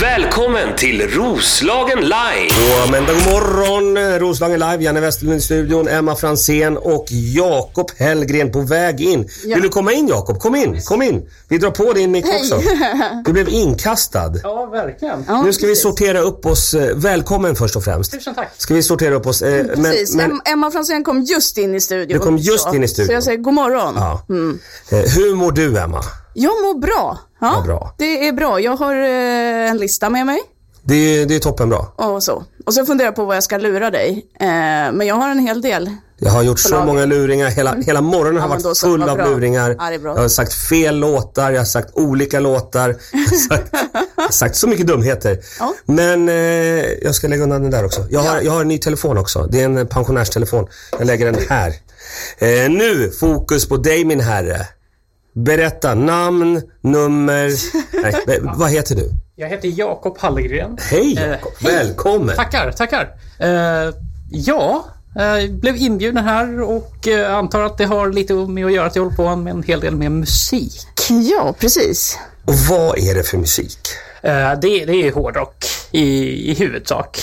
Välkommen till Roslagen Live! Ja, men då, god morgon! Roslagen Live, Janne Westerlund i studion, Emma Fransén och Jakob Hellgren på väg in. Ja. Vill du komma in Jakob? Kom in, kom in! Vi drar på din mick också. Du blev inkastad. Ja, verkligen. Ja, Nu ska vi precis. sortera upp oss. eh, Välkommen först och främst. Tusen tack. Ska vi sortera upp oss? eh, Men, Mm, Precis. Em- Emma Franzén kom just in i Du studion. kom just Så- in i studion. Så jag säger god morgon. ja. Mm. Eh, Hur mår du Emma? Jag mår bra. Ja, Vad bra. Det är bra. Jag har eh, en lista med mig Det är, det är toppenbra. och så. Och så funderar jag på vad jag ska lura dig. Eh, men jag har en hel del. Jag har gjort så Förlaget. Mm. många luringar. Hela, hela morgonen har Ja, men då varit så, full vad av bra. luringar. Ja, det är bra. jag har sagt fel låtar, jag har sagt olika låtar. Jag har sagt, jag har sagt så mycket dumheter. Ja. Men eh, jag ska lägga undan den där också. Jag har, jag har en ny telefon också. Det är en pensionärstelefon. Jag lägger den här. Eh, nu, fokus på dig min herre. Berätta namn, nummer. Nej, be- vad heter du? Jag heter Jakob Hallgren. Hej Eh, Jakob, hej. välkommen. Tackar, tackar. Eh, ja, eh, blev inbjuden här och eh, antar att det har lite med att göra att jag håller på med en hel del med musik. Ja, precis. Och vad är det för musik? Eh, det, det är hårdrock i, i huvudsak.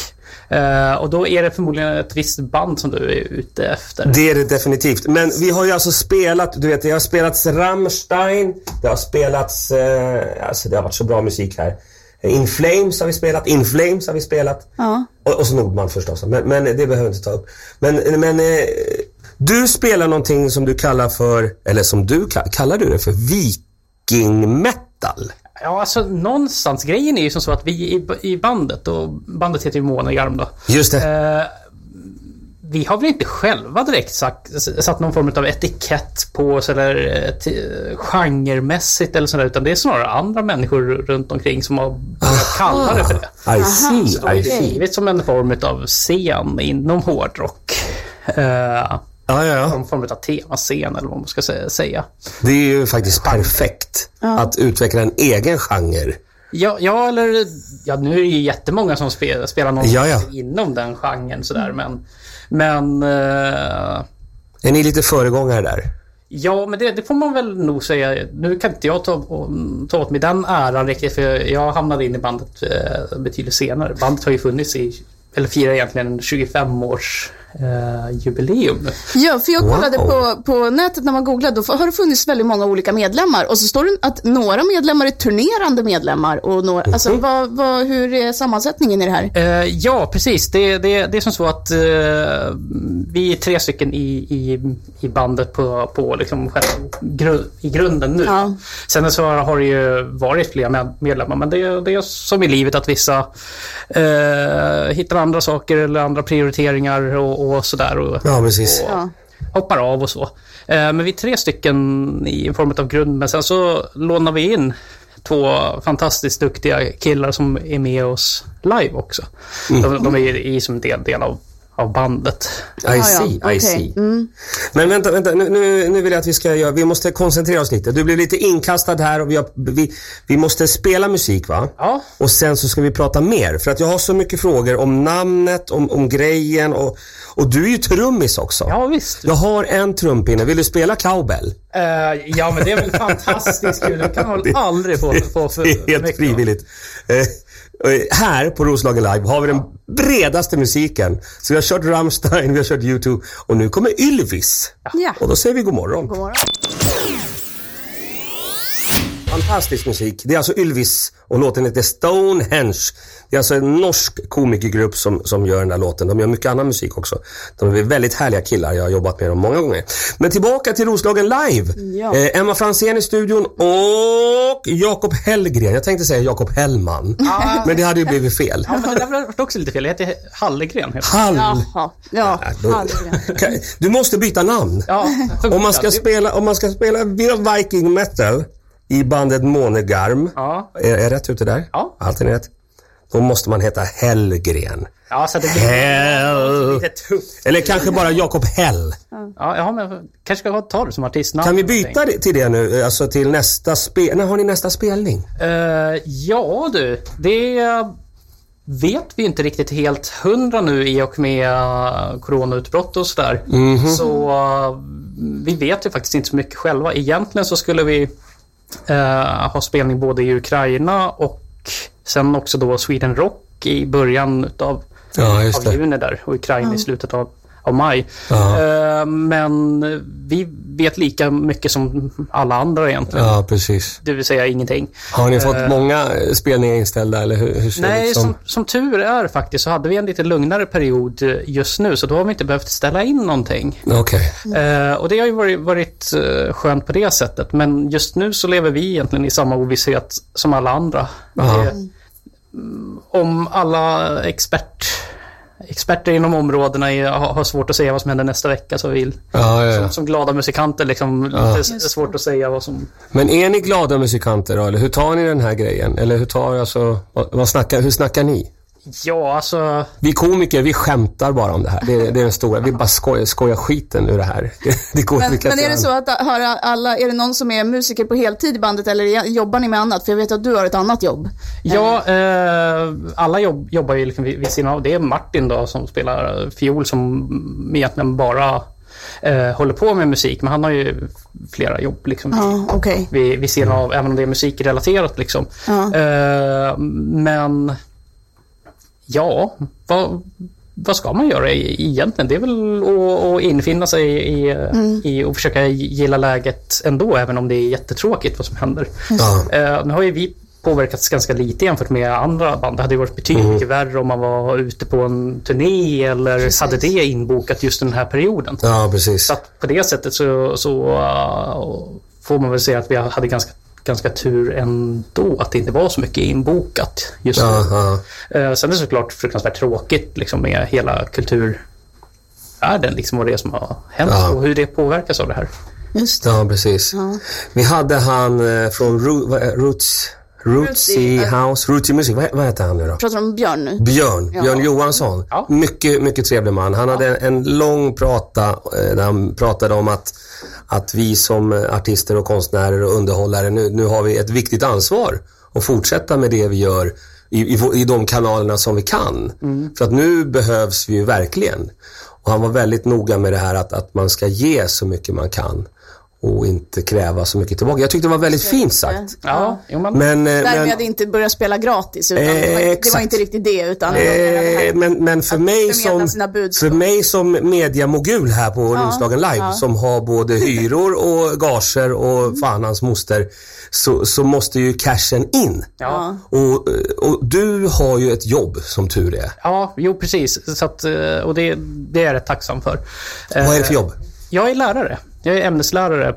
Eh, och då är det förmodligen ett visst band som du är ute efter. Det är det definitivt. Men vi har ju alltså spelat, du vet det har spelats Rammstein, det har spelats, eh, alltså det har varit så bra musik här. Eh, In Flames har vi spelat, In Flames har vi spelat. Ja. Och, och så Nordman förstås, men, men det behöver vi inte ta upp. Men, men eh, du spelar någonting som du kallar för, eller som du ka- kallar du det för, viking metal. Ja, alltså någonstans. Grejen är ju som så att vi i, i bandet, och bandet heter ju Måne Garm då. Just det. Eh, vi har väl inte själva direkt sagt, satt någon form av etikett på oss eller eh, t- genremässigt eller sådär, utan det är snarare andra människor runt omkring som har börjat kalla det för det. I see, Det I är see. givet som en form av scen inom hårdrock. Eh, Ja, ja, ja. någon form av temascen eller vad man ska sä- säga. Det är ju faktiskt perfekt att utveckla en egen genre. Ja, ja, eller ja, nu är det ju jättemånga som spe, spelar någon Ja, ja. inom den genren sådär, men, men eh, Är ni lite föregångare där? Ja, men det, det får man väl nog säga. Nu kan inte jag ta, ta åt mig den äran riktigt, för jag, jag hamnade in i bandet eh, betydligt senare. Bandet har ju funnits i, eller firar egentligen 25 års eh, jubileum. Ja, för jag Wow. kollade på, på nätet när man googlade, då har det funnits väldigt många olika medlemmar. Och så står det att några medlemmar är turnerande medlemmar. Och några, Mhm. alltså, vad, vad, hur är sammansättningen i det här? Eh, ja, precis. Det, det, det är som så att eh, vi är tre stycken i, i, i bandet på, på liksom själva gru, i grunden nu. Ja. Sen så har det ju varit flera med, medlemmar, men det, det är som i livet att vissa eh, hittar andra saker eller andra prioriteringar och, och sådär. Och, Ja, precis. Ja. hoppar av och så. Eh, Men vi är tre stycken i en form av grund, men sen så lånar vi in två fantastiskt duktiga killar som är med oss live också. Mm. De, de är ju i som en del, del av, av bandet. I Ja, see, ja, I okej. Mm. see. Men vänta, vänta. Nu- Nu, nu vill jag att vi ska göra, vi måste koncentrera oss lite. Du blev lite inkastad här och vi, har, vi, vi måste spela musik va? Ja. Och sen så ska vi prata mer. För att jag har så mycket frågor om namnet, om, om grejen och, och du är ju trummis också. Ja, visst. Jag har en trumpinne. Vill du spela cowbell? Eh, ja, men det är väl fantastiskt kul. Det kan man väl aldrig få, få för Det är helt Alltså, mycket. frivilligt. Eh, eh, här på Roslagen Live har vi den bredaste musiken. Så vi har kört Rammstein, vi har kört U2 och nu kommer Ylvis. Ja. Och då säger vi god morgon. God morgon. Fantastisk musik. Det är alltså Ylvis och låten heter Stonehenge. Det är alltså en norsk komikergrupp som, som gör den här låten. De gör mycket annan musik också. De är väldigt härliga killar. Jag har jobbat med dem många gånger. Men tillbaka till Roslagen live. Ja. Eh, Emma Fransén i studion och Jakob Hellgren. Jag tänkte säga Jakob Hellman. Men det hade ju blivit fel. Ja, men det där var också lite fel. Jag heter Hallegren. heter jag. Hall. Jaha. Ja, halvgren. Kan- Du måste byta namn. Ja, Om man ska spela, om man ska spela viking metal i bandet Månegarm. Ja. Är, är jag rätt ute där? Ja. Allt är rätt. Då måste man heta Hellgren. Ja, så det blir Hell. lite tufft. Eller kanske bara Jakob Hell. Ja, ja, men kanske ska jag ta det som artistnamn. Kan vi eller någonting. byta det- till det nu? Alltså till nästa spel. När har ni nästa spelning? Eh, ja du, det vet vi inte riktigt helt hundra nu i och med eh, coronautbrott och sådär. Mhm. Så eh, vi vet ju faktiskt inte så mycket själva. Egentligen så skulle vi eh, ha spelning både i Ukraina och Sen också då Sweden Rock i början utav Ja, just av det. juni där och Ukraina i slutet av, av maj. Ja. Eh, men vi vet lika mycket som alla andra egentligen. Ja, precis. Det vill säga ingenting. Har ni fått många eh, spelningar inställda eller hur, hur ser det liksom- Nej, ut? som, som tur är faktiskt så hade vi en lite lugnare period eh, just nu så då har vi inte behövt ställa in någonting. Okej. Mm. Eh, och det har ju varit, varit eh, skönt på det sättet men just nu så lever vi egentligen i samma ovisshet som alla andra. Ja. Det- mm, om alla expert, experter inom områdena är, har, har svårt att säga vad som händer nästa vecka så vill Ja, ja, ja. som glada musikanter liksom lite s- svårt att säga vad som... Men är ni glada musikanter då? Eller hur tar ni den här grejen? Eller hur tar alltså, vad, vad snackar, hur snackar ni? Ja, alltså... Vi komiker, vi skämtar bara om det här. Det, är- det är den stora, vi bara skojar, skojar skiten ur det här. Det går Men, inte men är det så att har alla, är det någon som är musiker på heltid i bandet eller är- jobbar ni med annat? För jag vet att du har ett annat jobb. Ja, eh, alla jobb, jobbar ju liksom vid, vid sidan av. Det är Martin då som spelar fiol som egentligen bara eh, håller på med musik. Men han har ju flera jobb liksom Ja, okej. vid, vid sidan av, även om det är musikrelaterat liksom. Ja. Eh, men ja, vad, vad ska man göra e- egentligen? Det är väl att, att infinna sig i, Mm. i och försöka gilla läget ändå, även om det är jättetråkigt vad som händer. Ja. Eh, nu har ju vi påverkats ganska lite jämfört med andra band. Det hade ju varit betydligt mycket värre om man var ute på en turné eller hade det inbokat just den här perioden. Ja, precis. Så att på det sättet så, så uh, får man väl säga att vi hade ganska, ganska tur ändå att det inte var så mycket inbokat just Ja, nu. ja. Eh, sen är det såklart fruktansvärt tråkigt liksom, med hela kulturvärlden liksom, och det som har hänt Ja. och hur det påverkas av det här. Just det. Ja, precis. Vi hade han eh, från Ru- vad är- Roots, Rootsy House, Rootsy Music. Vad, vad heter han nu då? Pratar om Björn nu? Björn, Björn Johansson. Ja. Mycket, mycket trevlig man. Han hade en, en lång prata eh, där han pratade om att, att vi som eh, artister och konstnärer och underhållare nu, nu har vi ett viktigt ansvar att fortsätta med det vi gör i, i, vå- i de kanalerna som vi kan. För att nu behövs vi ju verkligen. Och han var väldigt noga med det här att, att man ska ge så mycket man kan och inte kräva så mycket tillbaka. Jag tyckte det var väldigt fint sagt. Ja, jo, men, Men, eh, men, Därmed inte börja spela gratis. Utan det, var, det var exakt. inte riktigt det. Utan Eh, men, men för, Att mig förmedla som, sina budskap. för mig som mediamogul här på Roslagen Live som har både hyror och gager Mm. och fan hans moster så, så måste ju cashen in. ja. Och, eh, och du har ju ett jobb som tur är. ja, jo precis. Så att, eh, och det, det är jag rätt tacksam för. Vad är det för Eh. jobb? Jag är lärare. Jag är ämneslärare.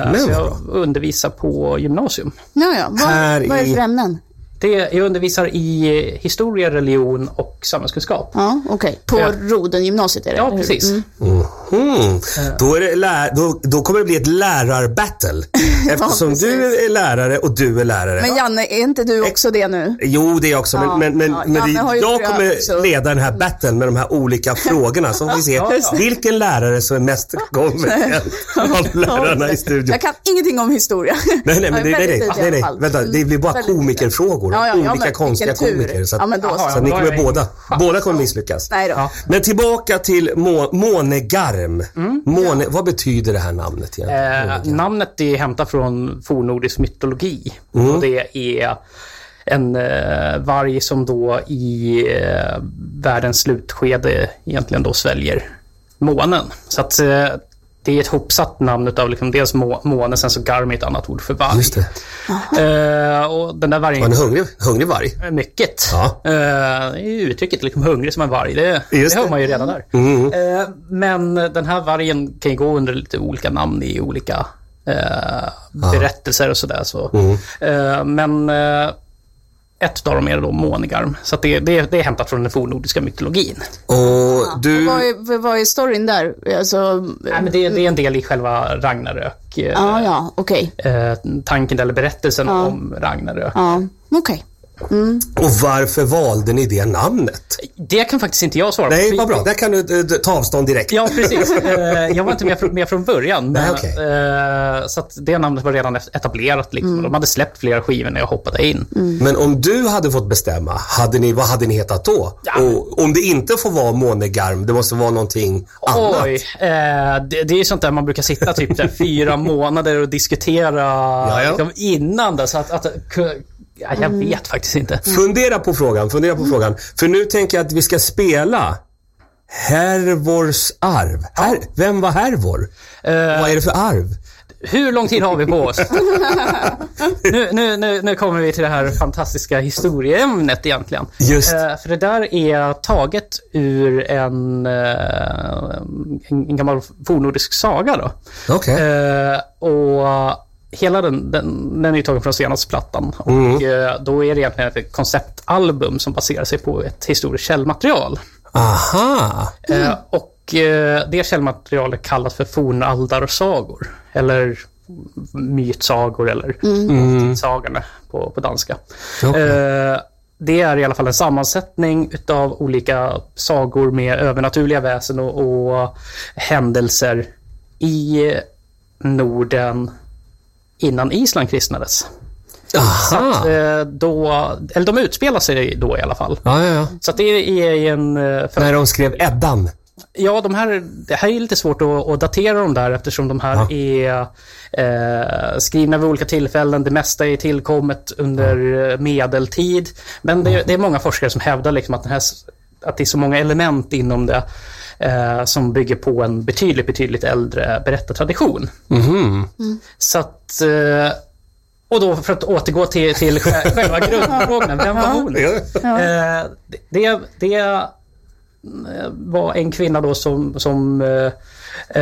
Eh, så vad jag undervisar på gymnasium. Ja, ja. Vad, Här vad är det i- för ämnen? Det, jag undervisar i historia, religion och samhällskunskap. Ja, okej. På Ja. Roden gymnasiet är det? Ja, eller hur? precis. Eh. Mm. Då, är det lä- då, då kommer det bli ett lärarbattle. Eftersom precis. du är lärare och du är lärare. Men Janne, är inte du också det nu? Jo, det är jag också. Men, Ja, men, men, ja, men Janne det, har ju jag prövat också. kommer leda den här battlen med de här olika frågorna. Så får vi se ja. vilken lärare som är mest kompetent av lärarna i studion. Jag kan ingenting om historia. Nej, nej, men det, Jag är nej, väldigt nej, lite i nej, alla nej. Vänta, fall. det blir bara Mm, väldigt lite. komikerfrågor. Ja, ja, ja, olika men konstiga vilken tur. komiker. Så, att, Ja, men då Jaha, så. ja. så att ni då har kommer jag båda, båda kommer misslyckas. Nej då. Men tillbaka till må, Månegarm. Mm. Måne, vad betyder det här namnet egentligen? Eh, namnet är hämtat från fornnordisk mytologi. Och det är en eh, varg som då i eh, världens slutskede egentligen då sväljer månen. Så att eh, det är ett hopsatt namn utav liksom dels må- månen, sen så garm är ett annat ord för varg. Just det. Eh, och den där vargen Var en hungrig, hungrig varg? Mycket. Ja. Eh, det är ju uttrycket liksom hungrig som en varg. Det, Just det hör det. Mm. man ju redan där. Eh, men den här vargen kan ju gå under lite olika namn i olika eh, berättelser och sådär. Så. Mm. Eh, men eh, ett av dem är då mångarm. Så att det, det, det är hämtat från den fornnordiska mytologin. Och du... Vad är, vad är storyn där? Alltså, Nej, men det, det är en del i själva Ragnarök. Eh, ja, ja, okej. eh, tanken eller berättelsen om Ragnarök. Ja, okej. Och varför valde ni det namnet? Det kan faktiskt inte jag svara på. Nej, vad bra. Där kan du eh, ta avstånd direkt. Ja, precis. Eh, Jag var inte med, fr- med från början. Men, Nej, okej. eh, Så att det namnet var redan etablerat. Liksom. De hade släppt flera skivor när jag hoppade in. Men om du hade fått bestämma, hade ni, vad hade ni hetat då? Ja. Och om det inte får vara månegarm, det måste vara någonting annat. Oj, eh, det, det är ju sånt där man brukar sitta typ där fyra månader och diskutera ja. Liksom, innan det. Så att, att ku- Ja, jag vet faktiskt inte. Fundera på frågan, fundera Mm. på frågan. För nu tänker jag att vi ska spela Hervors arv. Her, vem var Hervor? Eh. Vad är det för arv? Hur lång tid har vi på oss? nu, nu, nu, nu kommer vi till det här fantastiska historieämnet egentligen. Just. Eh, för det där är taget ur en, eh, en, en gammal fornnordisk saga. Då. Okej. Eh, och hela den, den, den är ju tagen från senaste plattan. Och eh, då är det egentligen ett konceptalbum som baserar sig på ett historiskt källmaterial. Aha. Eh, och eh, det källmaterialet kallas för fornaldarsagor. Eller mytsagor eller sagorna på, på danska. Okej. Eh, det är i alla fall en sammansättning utav olika sagor med övernaturliga väsen och, och händelser i Norden innan Island kristnades. Aha. Eh, då, eller de utspelar sig då i alla fall. Ah. Ja, ja, ja. Så att det är en... eh, För När de skrev Eddan. Ja, de här, det här är lite svårt att, att datera dem där eftersom de här är eh, skrivna vid olika tillfällen. Det mesta är tillkommet under eh, medeltid. Men det, det är många forskare som hävdar liksom att, den här, s- att det är så många element inom det eh, som bygger på en betydligt, betydligt äldre berättartradition. Mhm. Mm. Så att... Eh, och då för att återgå till, till sj- själva grundfrågan, vem var hon? Eh, det, det var en kvinna då som, som eh,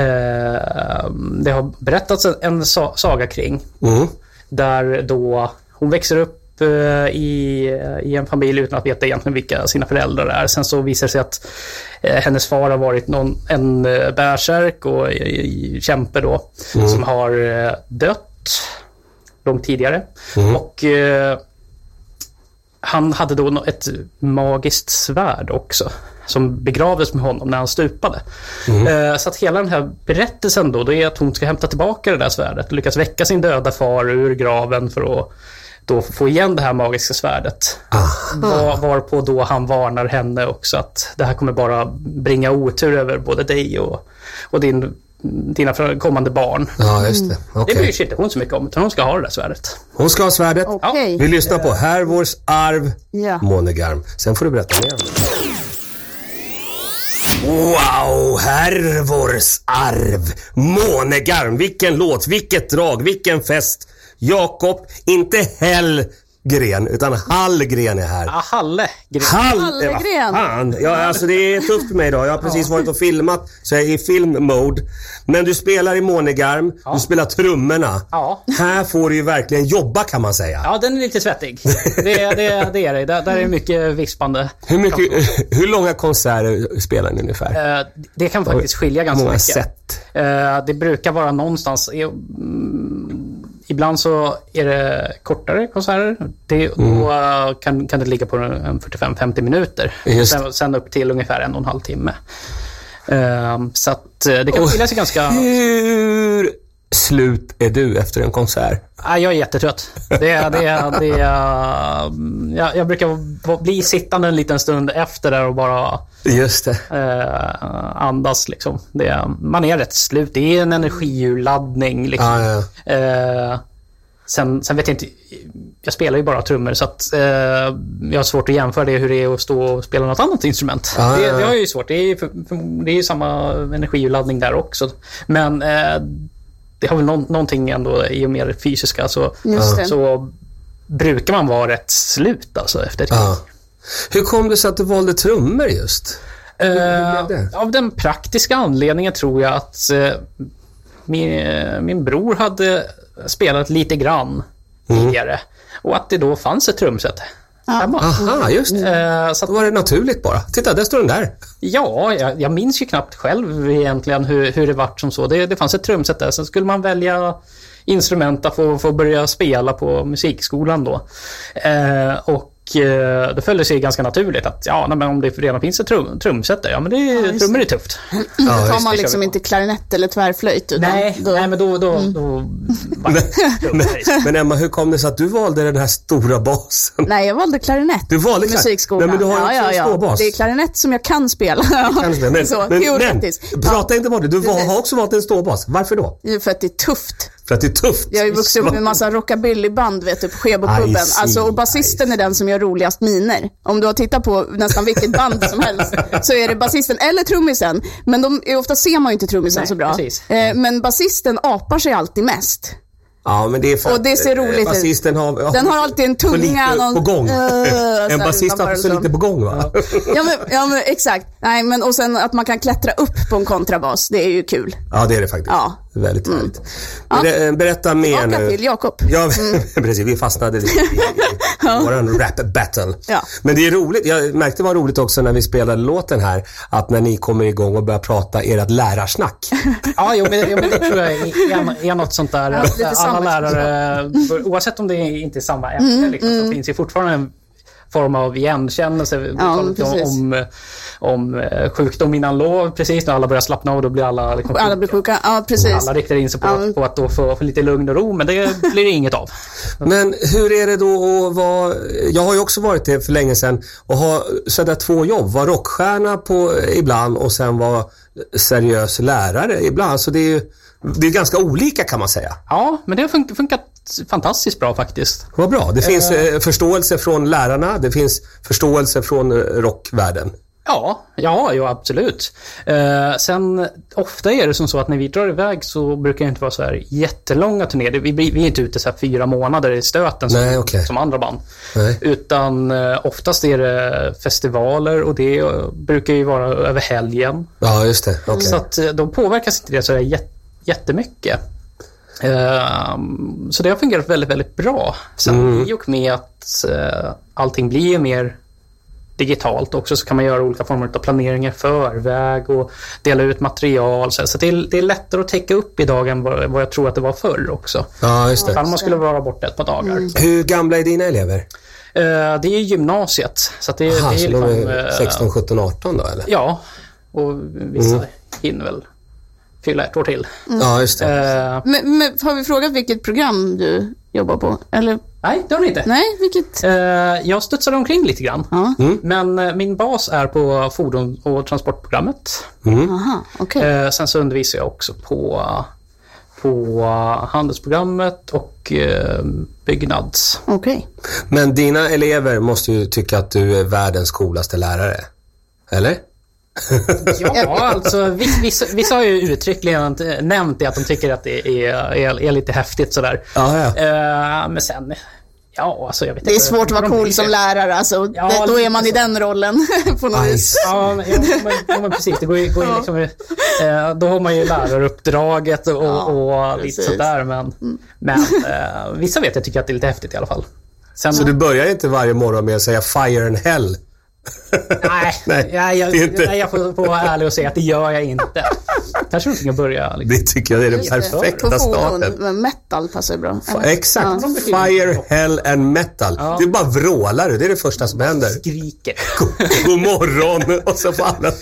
eh, det har berättats en sa- saga kring. Mm. Där då hon växer upp eh, i, eh, i en familj utan att veta egentligen vilka sina föräldrar är. Sen så visar det sig att eh, hennes far har varit någon, en eh, bärsärk och eh, kämpe då. Som har eh, dött långt tidigare. Och eh, han hade då nå- ett magiskt svärd också. Som begravdes med honom när han stupade. Eh, Så att hela den här berättelsen då, då är att hon ska hämta tillbaka det där svärdet. Och lyckas väcka sin döda far ur graven för att då få igen det här magiska svärdet. Var, varpå då han varnar henne också att det här kommer bara bringa otur över både dig och, och din, dina kommande barn. Ja, just det. Det Okej. bryr sig inte hon så mycket om, utan hon ska ha det där svärdet. Hon ska ha svärdet. Okej. Vi lyssnar på Hervors arv, Ja. Monegarm. Sen får du berätta mer om det. Wow, Hervors arv, Månegarm. Vilken låt, vilket drag, vilken fest. Jakob, inte Hellgren, utan Hallgren är här. Ah, Halle, grej. Hall- Hallgren. Vad Fan. Ja, alltså det är tufft för mig idag. Jag har precis varit och filmat, så jag är i filmmode. Men du spelar i månegarm, du spelar trummorna. Ja. Här får du ju verkligen jobba kan man säga. Ja, den är lite svettig. Det, det, det är det. Där, där är mycket vispande. Hur, mycket, hur långa konserter spelar ni ungefär? Eh, Det kan faktiskt skilja ganska Många mycket. set. Eh, Det brukar vara någonstans. i- mm, Ibland så är det kortare konserter. Det, Mm. Då eh, kan, kan det ligga på en 45-50 minuter. Just. Sen, sen upp till ungefär en och en halv timme. Eh, Så att eh, det kan skilja sig ganska... Hur slut är du efter en konsert? Nej, jag är jättetrött. Det, det, det, mm, jag, jag brukar bli sittande en liten stund efter där och bara Just det. eh, andas. Liksom. Det, man är rätt slut. Det är en energiurladdning. Liksom. Ja, ja. Eh, sen, sen vet jag inte. Jag spelar ju bara trummor så att, eh, jag har svårt att jämföra det hur det är att stå och spela något annat instrument. Ja, det, ja, ja. det har jag ju svårt. Det är ju, för, för, det är ju samma energiurladdning där också. Men eh, det har väl någon, någonting ändå i och med det fysiska så, Just det. så brukar man vara rätt slut alltså efter ett Ja. Hur kom det sig att du valde trummor just? blev det? Eh, av den praktiska anledningen tror jag att eh, min, eh, min bror hade spelat lite grann tidigare. Och att det då fanns ett trumset. hemma. Aha, just det. Eh, så att, Då var det naturligt bara. Titta, där står den där. ja, jag, jag minns ju knappt själv egentligen hur, hur det vart som så. Det, det fanns ett trumset där. Sen skulle man välja instrumenta för att få börja spela på musikskolan då. Eh, och eh, då följde det sig ganska naturligt att ja, nej, men om det redan finns ett trum, trumset där, ja men det, just trummor är tufft. Ja, Då tar just man det. kör liksom vi på. inte klarinett eller tvärflöjt. Utan Nej, då, nej men då... då, Mm. då var det liksom- dumt. Men Emma, hur kom det sig att du valde den här stora basen? nej, jag valde klarinett. Du valde klarinett. musikskolan. Nej, men du har ju också en ståbas. Det är klarinett som jag kan spela. Men, men, så, men teoretiskt. prata inte bort det. Du var, Precis. har också valt en ståbas. Varför då? Ja, för att det är tufft. För att det är tufft. Jag har ju vuxit upp med en massa rockabillyband vet du, på I Skebopuben. see, Alltså, och I basisten är den som gör roligast miner. Om du har tittat på nästan vilket band som helst så är det basisten eller trummisen. Men de, ofta ser man ju inte trummisen Nej, så bra. precis. Eh, men basisten apar sig alltid mest. Ja, men det är för Och det ser att, eh, roligt ut. Basisten har, Den har alltid en för tunga. lite någon, på gång. Eh, en sådär basist har utanför så liksom. lite på gång va? Ja men, ja men exakt. Nej, men, och sen att man kan klättra upp på en kontrabas, det är ju kul. Ja, det är det faktiskt. Ja. Väldigt härligt. Ber- Berätta mer Tillbaka nu. till Jakob. Mm. Ja, precis. Vi fastnade lite i, i vår rap battle. Ja. Men det är roligt. Jag märkte det var roligt också när vi spelade låten här, att när ni kommer igång och börjar prata ert lärarsnack. Ja, jo, men, jo, men det tror jag är, är något sånt där. att lite liksom. alla samhällskunskap. lärare, oavsett om det inte är samma ämne, Mm, liksom, så finns det fortfarande en form av igenkännelse. Vi Ja, talade om, precis. om, om eh, sjukdom innan lov, precis när alla börjar slappna av, då blir alla liksom, Alla blir sjuka. Ja, precis. alla riktar in sig på, Ja, men- på att då få, få lite lugn och ro, men det blir det inget av. Men hur är det då att vara, jag har ju också varit det för länge sedan, och ha sådär två jobb, vara rockstjärna på, ibland och sen vara seriös lärare ibland. Så det är ju det är ganska olika kan man säga. Ja, men det har fun- funkat fantastiskt bra faktiskt. Vad bra. Det finns eh, förståelse från lärarna, det finns förståelse från eh, rockvärlden. Ja, ja, ja absolut. Eh, sen ofta är det som så att när vi drar iväg så brukar det inte vara så här jättelånga turnéer. Vi, blir- vi är inte ute så här fyra månader i stöten som, Nej, okej. som andra band. Nej. Utan eh, oftast är det festivaler och det eh, brukar ju vara över helgen. Ja, just det. Okej. Så att eh, de påverkas inte det så där jät- jättemycket. Eh, Så det har fungerat väldigt, väldigt bra. Sen Mm. i och med att eh, allting blir mer digitalt också så kan man göra olika former av planeringar i förväg och dela ut material. Så så det är, det är lättare att täcka upp idag än vad, vad jag tror att det var förr också. Ja, just det. Ifall man skulle vara borta ett par dagar. Hur gamla är dina elever? Eh, Det är ju gymnasiet. Så att det, Aha, det är så liksom, de är eh, 16, 17, 18 då eller? Ja, och vissa Mm. hinner väl fylla ett år till. Ja, just det. Eh, Men, men har vi frågat vilket program du jobbar på? Eller nej, det har ni inte. nej, vilket? Eh, jag studsar omkring lite grann. Ja, Men eh, min bas är på fordon och transportprogrammet. Mm. aha, okej. Eh, sen så undervisar jag också på, på handelsprogrammet och eh, byggnads. Okej. Men dina elever måste ju tycka att du är världens coolaste lärare. Eller? Ja, alltså viss- vissa, vissa har ju uttryckligen inte nämnt det att de tycker att det är, är, är lite häftigt sådär. Ja, ja. Eh, men sen, ja alltså jag vet Det är inte. svårt att vara cool som lärare, alltså. Ja, Det- då är man i lite den rollen på något Aj, vis. Ja, men, ja, men, ja, men precis. Det går ju, går ju liksom, eh, då har man ju läraruppdraget och, och lite precis. sådär. Men, Mm. men eh, vissa vet jag tycker att det är lite häftigt i alla fall. Sen, Så du börjar inte varje morgon med att säga fire and hell? nej, Nej, nej, jag, det är inte- nej, jag får, får vara ärlig och säga att det gör jag inte. Kanske någonting att börja. Liksom. Det tycker jag är den På perfekta fordon, starten. men metal passar ju bra. Fa- Exakt. Ja. Fire, hell and metal. Du bara vrålar du. Det är det första som händer. Skriker. God morgon och så får alla...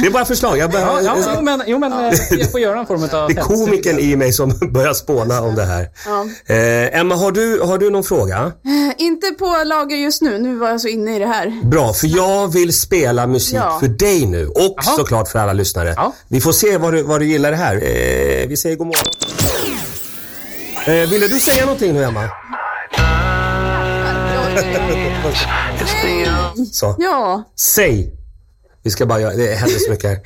Det är bara förslag. Jag Ja, ja, börjar... jo, men, jo, men eh, jag får göra en form av... Det är komikern i mig som börjar spåna om det här. Eh, Emma, har du, har du någon fråga? Eh, Inte på lager just nu, nu var jag så inne i det här. Bra, för jag vill spela musik Ja. för dig nu och såklart för alla lyssnare. Ja. Vi får se vad du, vad du gillar här. Eh, vi säger god morgon. Eh, ville du säga någonting nu, Emma? Så. Ja, Säg! Vi ska bara göra, det händer så mycket här.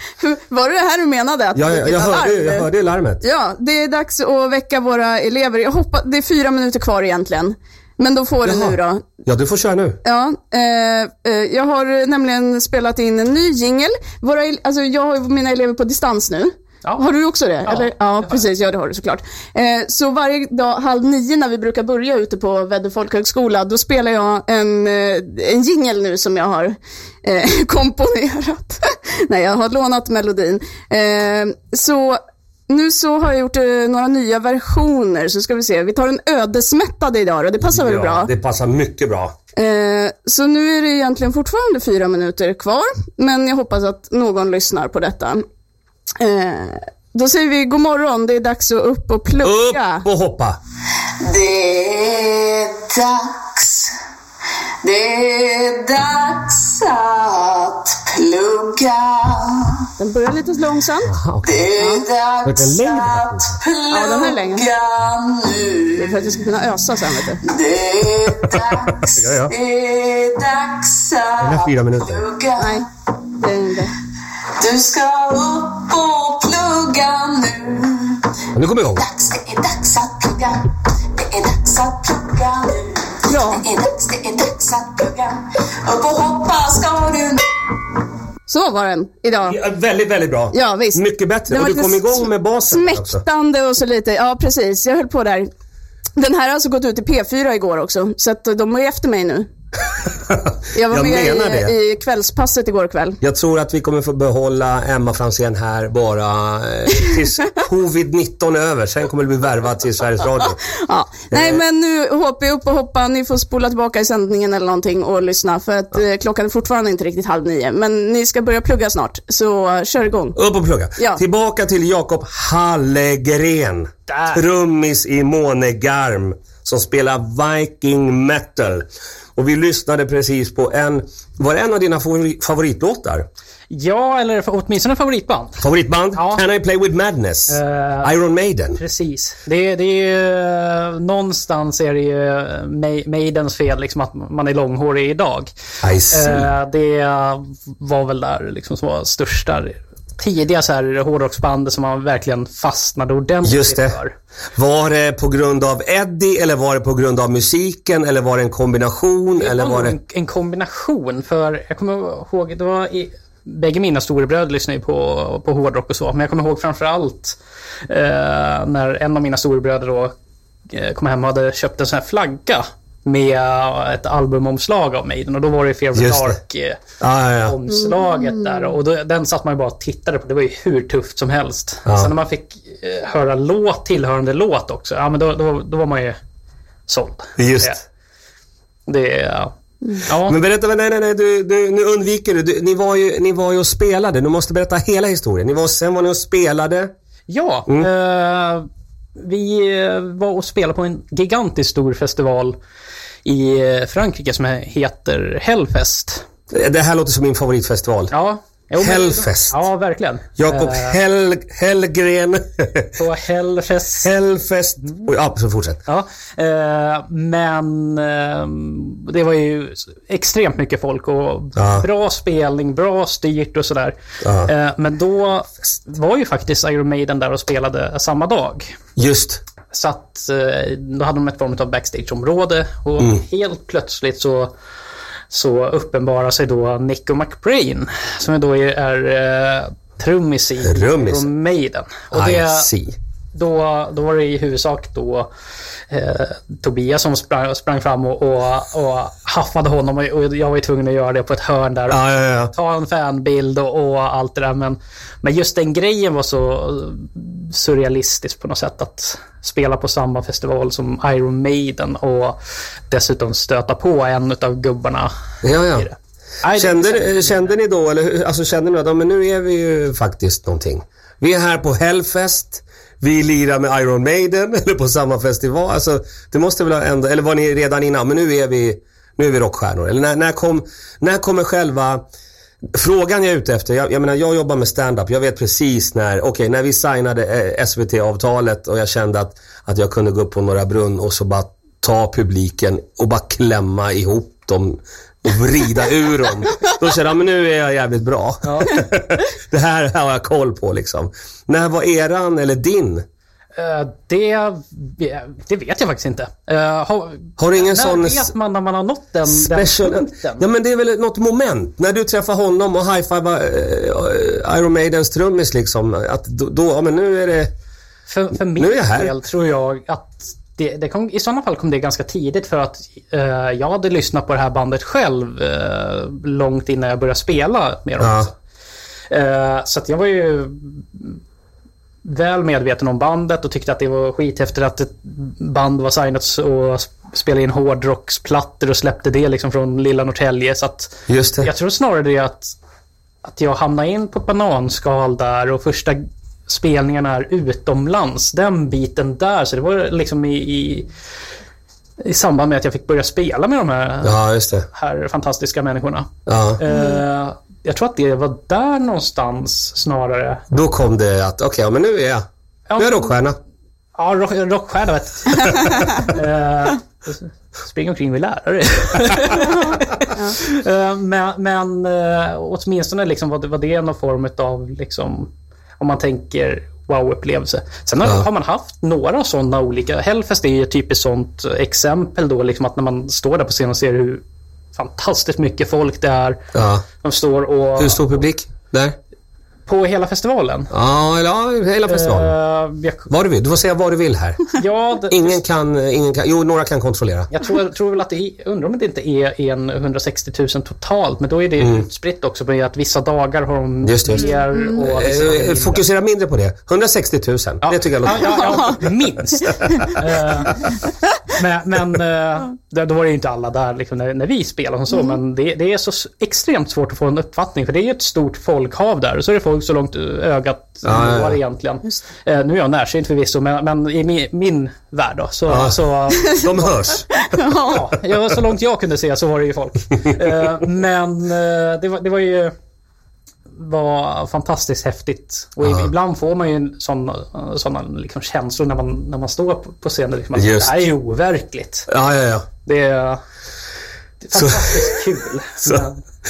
var det det här du menade? Att Jag, jag, jag, vilket hörde, alarm? jag hörde ju larmet. Ja, det är dags att väcka våra elever. Jag hoppas, det är fyra minuter kvar egentligen. Men då får du Jaha. nu då. Ja, du får köra nu. Ja, eh, eh, jag har nämligen spelat in en ny jingel. Våra el- alltså jag har ju mina elever på distans nu. Ja. Har du också det? Ja, Eller? det ja precis. Ja, det har du såklart. Eh, så varje dag halv nio när vi brukar börja ute på Väddö folkhögskola, då spelar jag en, eh, en jingel nu som jag har eh, komponerat. Nej, jag har lånat melodin. Eh, så nu så har jag gjort eh, några nya versioner, så ska vi se. Vi tar en ödesmättad idag då, det passar väl bra? Ja, det passar mycket bra. Eh, så nu är det egentligen fortfarande fyra minuter kvar, men jag hoppas att någon lyssnar på detta. Eh, då säger vi god morgon, det är dags att upp och plugga. Upp och hoppa! Det är dags, det är dags att plugga. Den börjar lite långsamt. Aha, okej. Det är dags längre att Ja, den är längre. plugga Det nu. är för att jag ska kunna ösa sen, vet du. Det är dags, Ja, ja. det är dags Den är fyra att minuter. plugga. Nej, det är inte. Du ska upp och plugga nu. Men nu kommer jag ihåg. Dags, det är dags att plugga. Det är dags att plugga nu. Bra. Det är dags, det är dags att plugga. Upp och hoppa ska du nu. Så var den idag. Ja, väldigt, väldigt bra. Ja, visst. Mycket bättre. Den Och var du kom lite igång med basen också. Smäktande och så lite. Ja, precis. Jag höll på där. Den här har alltså gått ut i P4 igår också, så att de är efter mig nu. Jag var Jag med menar i, det. i kvällspasset igår kväll. Jag tror att vi kommer få behålla Emma Franzén här bara eh, tills covid-19 är över. Sen kommer du bli värvad till Sveriges Radio. Ja. Nej, Eh. men nu hoppar jag upp och hoppa. Ni får spola tillbaka i sändningen eller någonting och lyssna, för att eh, klockan är fortfarande inte riktigt halv nio. Men ni ska börja plugga snart, så eh, kör igång. Upp och plugga. Ja. Tillbaka till Jakob Hallegren. Där. Trummis i Månegarm som spelar Viking metal. Och vi lyssnade precis på en, var det en av dina favori- favoritlåtar? Ja, eller fa- åtminstone favoritband. Favoritband? Ja. Can I play with madness? Eh, Iron Maiden? Precis. Det, är- det är ju, någonstans är det ju Ma- Maidens fel liksom, att man är långhårig idag. I see. Eh, det var väl där liksom, som var största tidiga så här, hårdrocksbandet som man verkligen fastnade ordentligt Just det. för. Var det på grund av Eddie eller var det på grund av musiken eller var det en kombination eller var det... en, en kombination. För jag kommer ihåg, det var i, bägge mina storebröder lyssnade ju på, på hårdrock och så. Men jag kommer ihåg framförallt eh, när en av mina storebröder då eh, kom hem och hade köpt en sån här flagga med eh, ett albumomslag av Maiden och då var det ju Fear of Just det. Dark eh, Ah, ja, ja. omslaget där och då, den satt man ju bara och tittade på. Det var ju hur tufft som helst. Sen när man fick eh, höra låt, tillhörande låt också, ja men då, då, då var man ju såld. Just. Det, det är... Ja. Men berätta, nej nej nej, du, du, nu undviker du. du ni, var ju, ni var ju och spelade, du måste berätta hela historien. Ni var, sen var ni och spelade. Ja, Mm. eh, vi eh, var och spelade på en gigantiskt stor festival i eh, Frankrike som heter Hellfest. Det här låter som min favoritfestival. Ja. jo, men- Hellfest. Ja, verkligen. Jakob Eh, Hell, Hellgren. på Hellfest. Hellfest. Mm. Oj, Ja, så fortsätt. Ja, eh, men eh, det var ju extremt mycket folk och Ja. bra spelning, bra styrt och sådär. Ja. Eh, men då var ju faktiskt Iron Maiden där och spelade samma dag. Just. Så att eh, då hade de ett form av backstageområde och Mm. helt plötsligt så, så uppenbarar sig då Nico McBrain som ju då är, är eh, trummis i Trummis. Iron Maiden. Och I det, see. då, då var det i huvudsak då eh, Tobias som sprang, sprang fram och, och, och haffade honom och och jag var ju tvungen att göra det på ett hörn där Ja, ja, ja. ta en fanbild och, och allt det där. Men, men just den grejen var så surrealistisk på något sätt. Att spela på samma festival som Iron Maiden och dessutom stöta på en av gubbarna. ja, ja. Nej, det- Kände, kände ni då, eller hur- alltså kände ni att ja, men nu är vi ju faktiskt någonting. Vi är här på Hellfest. Vi lirar med Iron Maiden eller på samma festival. Alltså, det måste väl ha ändå, eller var ni redan innan, men nu är vi, nu är vi rockstjärnor. Eller när, när, kom, när kommer själva Frågan jag är ute efter, jag, jag menar jag jobbar med stand-up. Jag vet precis när, okej när vi signade eh, SVT-avtalet och jag kände att, att jag kunde gå upp på Norra Brunn och så bara ta publiken och bara klämma ihop dem och vrida ur dem. Då kände jag, men nu är jag jävligt bra. det här har jag koll på liksom. När var eran eller din? Eh, det, det vet jag faktiskt inte. Eh, har, Har du ingen när sån s- vet man när man har nått den, den Special... punkten? Ja men det är väl något moment. När du träffar honom och high-fivar eh, Iron Maidens trummis liksom. Att då, då, ja men nu är det... För, för min Nu är jag här. del tror jag att det, det kom, i sådana fall kom det ganska tidigt för att eh, jag hade lyssnat på det här bandet själv eh, långt innan jag började spela med dem. Ja. också. Eh, så att jag var ju väl medveten om bandet och tyckte att det var skithäftigt att ett band var signat och sp- spelade in hårdrocksplattor och släppte det liksom från lilla Norrtälje. Så att Just det. jag tror snarare det är att, att jag hamnar in på ett bananskal där och första spelningarna är utomlands. Den biten där. Så det var liksom i, i, i samband med att jag fick börja spela med de här, Ja, just det. här fantastiska människorna. Ja. Eh, jag tror att det var där någonstans snarare. Då kom det att, okej, ja, men nu är jag, nu är jag rockstjärna. Ja, rock, rockstjärna vet du. Eh, Springer omkring med lärare. Eh, men men eh, åtminstone liksom var, det, var det någon form av, liksom, om man tänker wow-upplevelse. Sen har, Ja. har man haft några sådana olika. Hellfest är ju ett typiskt sådant exempel då, liksom att när man står där på scenen och ser hur fantastiskt mycket folk det är. Ja. De står och... Hur stor publik där? På hela festivalen. Ja, eller ja, hela festivalen. Eh, jag, Vad du vill. Du får säga vad du vill här. ja, det- Ingen kan, ingen kan, jo några kan kontrollera. Jag tror, tror väl att det är, undrar om det inte är en 160 000 totalt, men då är det utspritt också på att vissa dagar har de Mm. Just det, just det. mer och vissa Eh, dagar mindre. Fokusera mindre på det. 160 000, det tycker jag Ja, låter bra. ja, ja, minst. Eh, men men eh, då- då var det ju inte alla där liksom, när, när vi spelade och så, men det, det är så s- extremt svårt att få en uppfattning, för det är ju ett stort folkhav där, och så är det folk så långt eh, ögat Ja, ja, når ja. egentligen. Eh, nu är jag närsynt förvisso, men, men i min, min värld då, så, Ja. så De hörs. Ja, ja, så långt jag kunde se så var det ju folk. Eh, Men eh, det var, det var ju var fantastiskt häftigt. Och i- Ja. ibland får man ju sådana såna liksom känslor när man, när man står på- på scenen. Liksom att det Just. här är ju overkligt. Ja, ja, ja. Det är, det är fantastiskt kul. men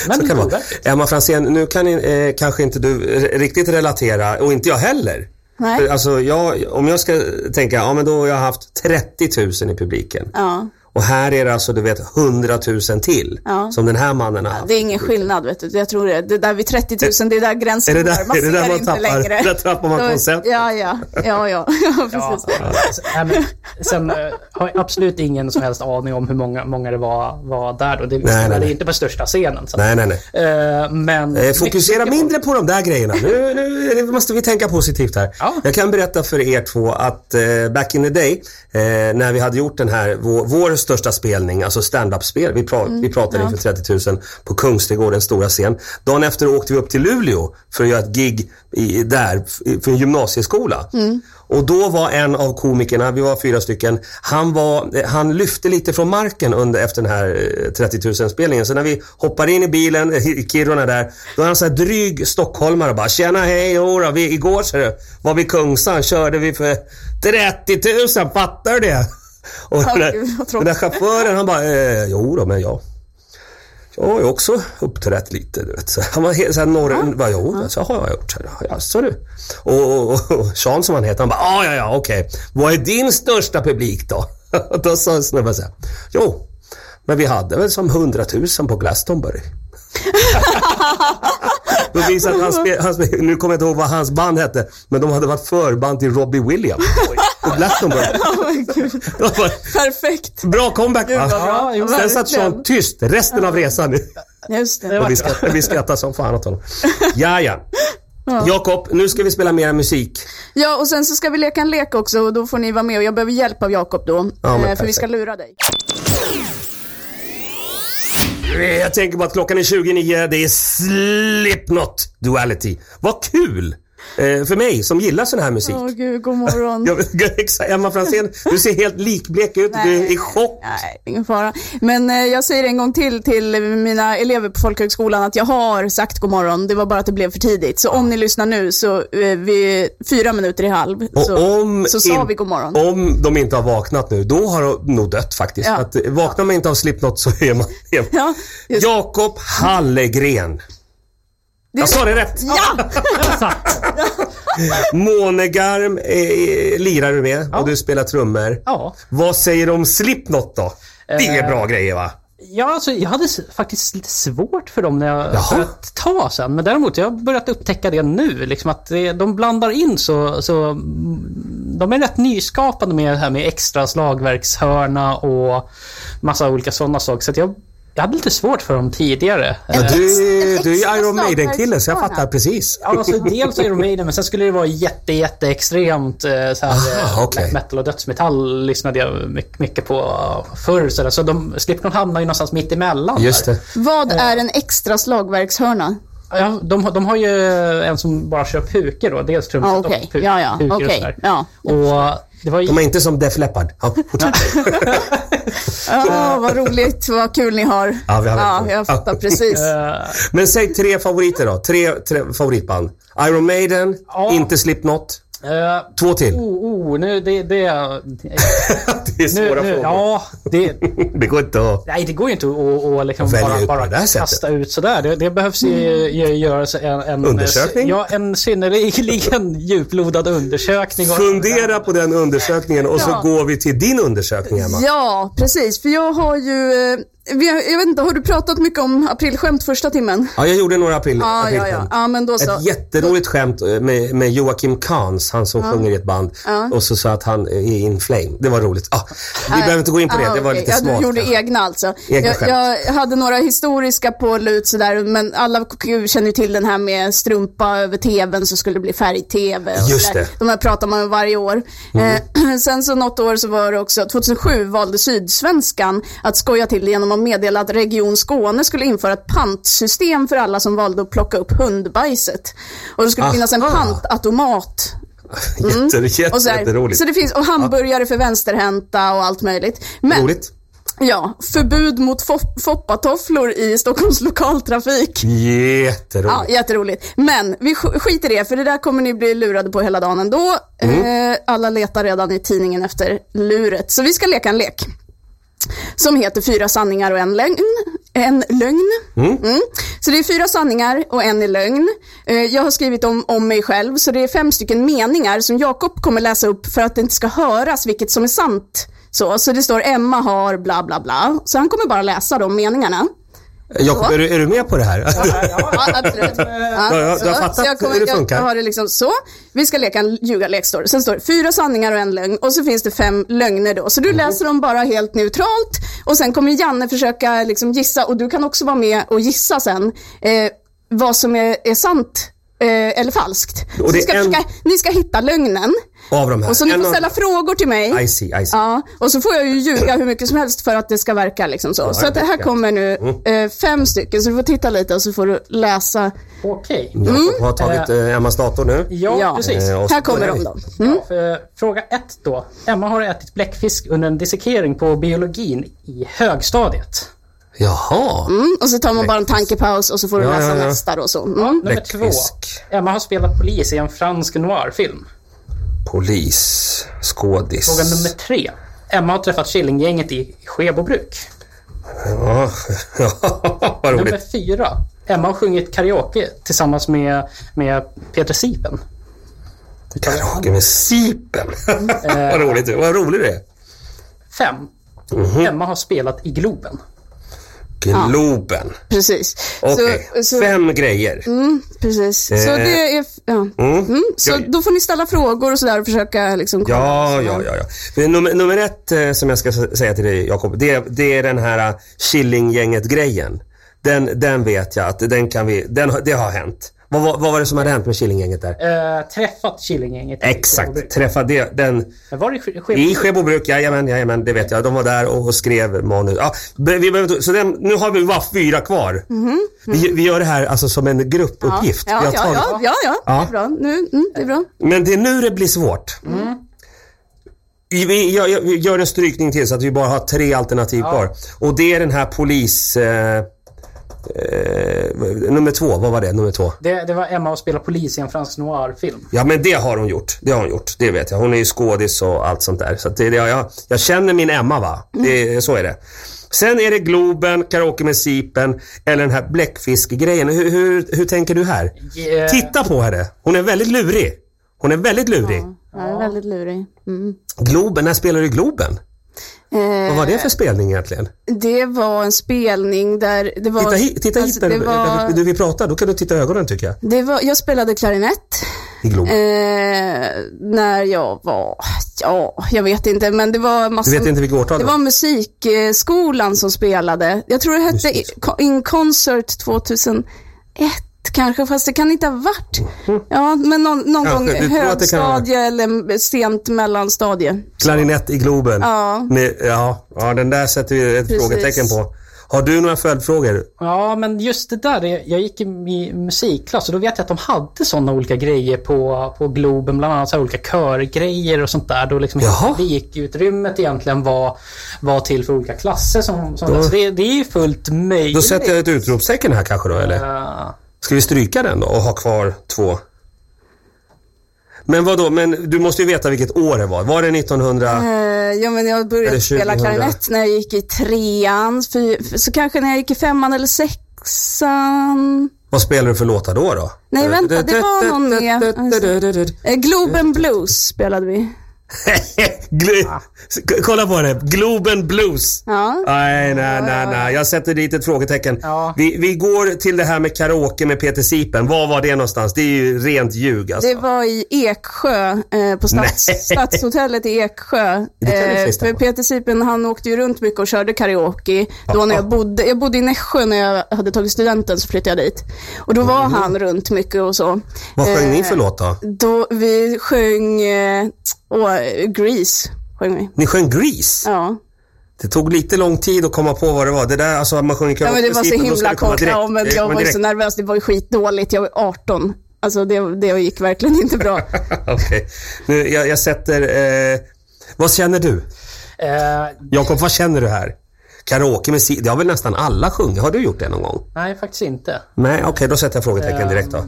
men Så kan det vara. overkligt. Emma Franzén, nu kan eh, kanske inte du eh, riktigt relatera och inte jag heller. Nej. För, Alltså, jag, om jag ska tänka, ja men då har jag haft 30 000 i publiken. Ja. Och här är det alltså, du vet, 100 000 till Ja. som den här mannen har haft. Det är ingen skillnad, vet du. Jag tror det. Det där vid 30 000, det är där Är gränsen det där går. Man är det där ser man inte tappar, längre. där tappar man Då- koncept? Ja, ja. Ja, ja. ja Ja, precis. alltså, nej, men sen eh, har jag absolut ingen som helst aning om hur många, många det var, var där. Och det, nej, det är nej. inte på största scenen. Så. Nej, att- nej, nej. Eh, Men Eh, Fokusera mycket folk. mindre på de där grejerna. Nu, nu nu måste vi tänka positivt här. Ja. Jag kan berätta för er två att eh, back in the day eh, när vi hade gjort den här, vår, vår största spelning, alltså stand-up-spel. Vi, pra- Mm. vi pratade inför 30 000 på Kungsträdgårdens stora scen. Dagen efter åkte vi upp till Luleå för att göra ett gig i, där f- i- för en gymnasieskola. Mm. Och då var en av komikerna, vi var fyra stycken, han, var, eh, han lyfte lite från marken under, efter den här eh, 30 000-spelningen. Så när vi hoppar in i bilen eh, i Kiruna där, då är han så här dryg stockholmare och bara “Tjena, hej, jodå, vi igår ser du, var vi i Kungsan, körde vi för 30 000, fattar du det?” Och den där, gud, vad tråkigt. den där chauffören han bara “Eh, jodå, men jag, jag har ju också uppträtt lite, du vet. Så Han var helt såhär norr... Ja. Bara, jo, så har jag gjort. Jaså du? Och, och, och, och Sean som han heter, han bara, "Ah, ja, ja, okej. Vad är din största publik då? Och då sa snubben såhär, jo, men vi hade väl som 100 000 på Glastonbury. Då visade att han spe, han spe, nu kommer jag inte ihåg vad hans band hette, men de hade varit förband till Robbie Williams på Glastonbury. Åh, men gud. Det var- Perfekt. Bra comeback Gud, vad va? bra. Ja, Sen satt Sean Verkligen. tyst resten av resan. Just det. Och vi skrattar, vi skrattar som fan åt honom. Ja, ja. Jakob, nu ska vi spela mer musik. Ja, och sen så ska vi leka en lek också och då får ni vara med och jag behöver hjälp av Jakob då. Ja, men eh, för vi perfekt. ska lura dig. Jag tänker på att klockan är 29, det är Slipknot Duality. Vad kul! Eh, för mig som gillar sån här musik. Åh gud, god morgon. Jag, exakt, Emma Franzén, du ser helt likblek ut. Du är i chock. Nej, ingen fara. Men eh, jag säger en gång till till mina elever på folkhögskolan att jag har sagt god morgon. Det var bara att det blev för tidigt. Så om ni lyssnar nu så eh, vi fyra minuter i halv Och så, om så sa in- vi god morgon. Om de inte har vaknat nu, då har de nog dött faktiskt. Ja. Att, eh, vaknar man inte av Slipknot så är man... Är man. Ja, just- Jakob Hallegren. Jag sa det rätt! Ja! Månegarm eh, lirar du med och du spelar trummor. Ja. Eh, Vad säger du om Slipknot då? Det är bra grejer va? Ja, alltså, jag hade s- faktiskt lite svårt för dem när jag för ett tag sedan. Men däremot, jag har börjat upptäcka det nu. Liksom att det, de blandar in så, så... mm, De är rätt nyskapande med det här med extra slagverkshörna och massa olika sådana saker. Så att jag, jag hade lite svårt för dem tidigare. Ja, Eh, du, en du är extra Iron Maiden-kille så jag slagverksbana. fattar precis. Ja, alltså, dels Iron Maiden, men sen skulle det vara jätte, jätte extremt eh, så här, Ah, eh, okej. black metal och dödsmetall lyssnade jag mycket, mycket på förr. Så, där. så de, Slipknot hamnar ju någonstans mitt emellan. Just där. det. Vad är en extra slagverkshörna? Ja, de, har- de har ju en som bara kör pukor då. Dels trumset Ja, Ah, okej. och pu- Ja, ja. pukor och Okej. sådär. Ja. Och Det var De är inte som Def Leppard. Ja, fortsätt. Ja, vad roligt, vad kul ni har. Ja, vi har väldigt jag kul. fattar precis. eh, Men säg tre favoriter då. Tre, tre favoritband. Iron Maiden, Ja. inte Slipknot. eh, Två till. oh, oh, nu, det, det, Det är nu, svåra nu, frågor. ja, det, Det går inte att... Nej, det går ju inte att, att, att liksom Att välja ut bara, på bara det där sättet. kasta ut sådär. Det, det behövs ju, ju göras en, en Undersökning? Ja, en synnerligen djuplodad undersökning. och- Fundera på den undersökningen och så Ja. går vi till din undersökning, Emma. Ja, precis. För jag har ju... eh, vi har- Jag vet inte, har du pratat mycket om aprilskämt första timmen? Ja, jag gjorde några april, Ja, ja, ja. aprilskämt. ja men då så. Ett jätteroligt skämt eh, med, med Joakim Kahns, han som sjunger i ett band. Och så sa att han eh, är in flame. Det var roligt. Ah, vi behöver inte gå in på det, Ah, det var okej. lite ja, smart. Du gjorde kanske. egna alltså. Egna jag, skämt. jag hade några historiska på lut sådär, men alla k- känner ju till den här med strumpa över tvn så skulle det bli färg-tv. och Just sådär. det. Mm. De här pratar man om varje år. Eh, sen så något år så var det också, 2007 valde Sydsvenskan att skoja till det genom att meddela att Region Skåne skulle införa ett pantsystem för alla som valde att plocka upp hundbajset. Och det skulle finnas en Aha. pantautomat Mm. Jätte, jätte, och så, här, jätteroligt. så det finns och hamburgare för vänsterhänta och allt möjligt. Men Roligt. ja, förbud mot fop- foppatofflor i Stockholms lokaltrafik. Ja, Jätteroligt. jätteroligt. Men vi sk- skit i det, för det där kommer ni bli lurade på hela dagen ändå. Eh, alla letar redan i tidningen efter luret. Så vi ska leka en lek som heter Fyra sanningar och en lögn. En lögn. Mm. Så det är fyra sanningar och en är lögn. Eh, Jag har skrivit om, om mig själv, så det är fem stycken meningar som Jakob kommer läsa upp för att det inte ska höras vilket som är sant. Så, så det står Emma har bla bla bla. Så han kommer bara läsa de meningarna. Jakob, är, du- är du med på det här? Ja, absolut. Ja, ja, Ja, jag så. fattar Så jag kommer- hur det jag- funkar. Jag har det liksom så. Vi ska leka en ljugarlek står det. Sen står det fyra sanningar och en lögn och så finns det fem lögner då. Så du Mhm. läser dem bara helt neutralt och sen kommer Janne försöka liksom gissa och du kan också vara med och gissa sen eh, vad som är, är sant eh, eller falskt. Och Så det ni, ska är en- försöka, ni ska hitta lögnen Av de här. och så ni En får av- ställa frågor till mig. I see, I see. Ja, och så får jag ju ljuga hur mycket som helst för att det ska verka liksom så. jag så Mm. att det här tycker jag. kommer nu eh, fem stycken, så du får titta lite och så får du läsa. Mm, Okej. Jakob har tagit eh, Emmas dator nu. Ja, Ja. precis. Eh, och så Här kommer börjar de vi. då. Ja, för, fråga ett då. Emma har ätit bläckfisk under en dissekering på biologin i högstadiet. Jaha. Mm, och så tar man bara en tankepaus och så får du Ja, läsa ja, ja. nästa då. Så. Mm. Nummer Bläckfisk. två. Emma har spelat polis i en fransk noirfilm. Polis, skådis. Fråga nummer tre. Emma har träffat Killinggänget i Skebobruk. Ja, vad Nummer roligt. fyra. Emma har sjungit karaoke tillsammans med, med Peter Sipen. Karaoke med Sipen. Eh. vad roligt. Vad rolig du är. Fem. Mhm. Emma har spelat i Globen. Globen. Precis. Okej, Så, så, fem grejer. mm, precis. Så, Eh. det är, ja. mm, så Jag- då får ni ställa frågor och sådär och försöka liksom kolla. Ja, ja, ja. ja. Men Nummer, nummer ett eh, som jag ska s- säga till dig, Jakob, det, det är den här eh, Killinggänget-grejen. Den, den vet jag att den kan vi, den, har- det har hänt. Vad, var- vad var det som hade hänt med Killinggänget där? Eh, träffat Killinggänget Eh, i Exakt, Skebobruk. träffa det, den Men Var det Ske- I Skebobruk? Skebobruk, jajamän, jajamän, det vet jag. De var där och, och skrev manus. Ja, be- vi behöver, inte- så den, nu har vi bara fyra kvar. Vi, vi gör det här alltså som en gruppuppgift. Mhm, mm. Ja, Vi ja, har tagit- ja, ja, ja, det Ja. är bra. Nu, mm, det är bra. Men det är nu det blir svårt. Mm. Vi, vi, gör- gör- vi gör en strykning till så att vi bara har tre alternativ kvar. Och det är den här polis... Eh, eh, nummer två, vad var det? Nummer två. Det, det var Emma och spela polis i en fransk noirfilm. Ja, men det har hon gjort. Det har hon gjort. Det vet jag. Hon är ju skådis och allt sånt där. Så att det, det, jag, jag känner min Emma, va? Det, så är det. Sen är det Globen, Karaoke med Sipen eller den här bläckfiskgrejen. Hur, hur, hur tänker du här? Yeah. Titta på henne. Hon är väldigt lurig. Hon är väldigt lurig. Ja, det är väldigt lurig. Mm. Globen, när spelar du Globen? Eh, Vad var det för spelning egentligen? det var en spelning där det var... Titta, hit- titta hit alltså, när det du, när var, du vill prata. Då kan du titta i ögonen tycker jag. det var, Jag spelade klarinett. I Globen. Eh, när jag var, ja, jag vet inte, men det var Du massor. vet inte vilket årtal det var musikskolan som spelade. Jag tror det hette Just In Concert 2001 91 kanske, fast det kan inte ha varit. Ja, men någon, någon Mm. Kanske. Du gång tror att det kan ha högstadie eller sent mellanstadie. Klarinett i Globen. Ja. Med, ja, ja, den där sätter vi ett Precis. frågetecken på. Har du några följdfrågor? Ja, men just det där, är- jag gick i i musikklass och då vet jag att de hade sådana olika grejer på, på Globen, bland annat så här olika körgrejer och sånt där. Då liksom Jaha. likutrymmet egentligen var, var till för olika klasser. Som, som så det, det är ju fullt möjligt. Då sätter jag ett utropstecken här kanske då, eller? Eh, Ska vi stryka den då och ha kvar två? Men vad då? men du måste ju veta vilket år det var. Var det 1900? Eh, ja, men jag Eller började 2000. spela klarinett när jag gick i trean, fy, f- så kanske när jag gick i femman eller sexan. Vad spelade du för låtar då? då? Nej, vänta, det var någon med. Eh, Globen Blues spelade vi. Gl- K- Kolla på det. Globen Blues. Ja. Nej, nej, nej, nej. Jag sätter dit ett frågetecken. Ja. Vi, vi går till det här med karaoke med Peter Sipen. Var var det någonstans? Det är ju rent ljug alltså. Det var i Eksjö, eh, på Nej. stads, Stadshotellet i Eksjö. Det kan det Eh, finnas för där. Peter Sipen han åkte ju runt mycket och körde karaoke. Då när jag, bodde, jag bodde i Nässjö när jag hade tagit studenten så flyttade jag dit. Och då Mm. var han runt mycket och så. Vad sjöng ni Eh, för låt då? Då vi sjöng eh, åh, Grease. Sjöng vi. Ni sjöng Grease. Ja. Det tog lite lång tid att komma på vad det var. Det där, alltså man sjunger ja, karaoke men det var med så Sipen, då ska himla det komma kort. direkt. Ja, men Det jag kommer var ju så direkt. nervös. Det var ju skitdåligt. Jag var 18. Alltså det, det gick verkligen inte bra. Okej. Nu, jag, jag sätter... Eh, vad känner du? eh, Jakob, vad känner du här? Karaoke med Sipen. Det har väl nästan alla sjungit? Har du gjort det någon gång? nej, faktiskt inte. Nej, okej, då sätter jag Eh. frågetecken direkt då.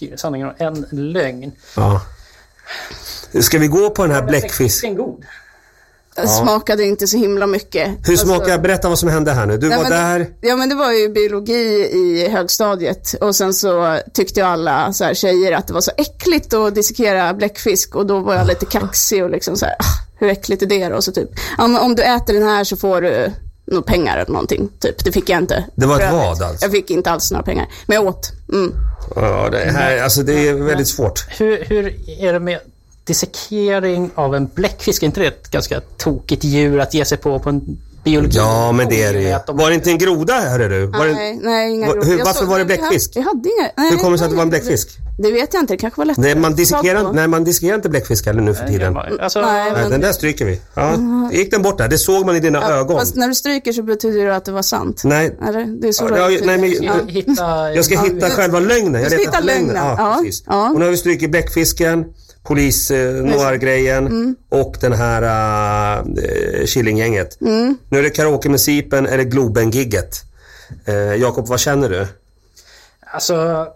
Fyra sanningar och en lögn. Ja. Ska vi gå på den här bläckfisk... Sexen god. Smakade inte så himla mycket. Hur smakar... Berätta vad som hände här nu. Du var Alltså- men, där. Ja, men det var ju biologi i högstadiet och sen så tyckte ju alla så här, tjejer att det var så äckligt att dissekera bläckfisk och då var jag Ah. lite kaxig och liksom så här, "Ah, hur äckligt är det då? Och så typ, "Ja, men om du äter den här så får du nog pengar eller någonting. Typ. Det fick jag inte. Det var ett För övrigt. vad, alltså? Jag fick inte alls några pengar, men jag åt. Mm. Ja, det, här, alltså, det är väldigt svårt. Hur, hur är det med dissekering av en bläckfisk? Är inte det ett ganska tokigt djur att ge sig på på en biologi? Ja, men det är det ju. Att de- Var det inte en groda, hörde du? Var det... nej, nej, inga Var- grodor. hur- Jag varför såg- var det nej, bläckfisk? Jag hade inga. Nej, Hur kommer det sig jag att det var en hade- bläckfisk? Det vet jag inte, det kanske var lätt. Nej, man att få dissekerar, tag på. nej, man dissekerar inte bläckfisk heller nu för tiden. Alltså, Nej, Nej, men- den där stryker vi. Ja, gick den bort där? Det såg man i dina ögon. Fast när du stryker så betyder det att det var sant. Nej. Eller? Det är så Ja, det ja, betyder. nej, men- Ja. hitta, Jag ska hitta själva lögnen. Jag ska letar hitta efter lögnen. Ja, Ja, precis. ja. Och nu har vi strukit bläckfisken, polis eh, noir-grejen Mm. och den här eh, Killinggänget. Mm. Nu är det karaoke med Sipen eller Globen-gigget. Eh, Jakob, vad känner du? Alltså,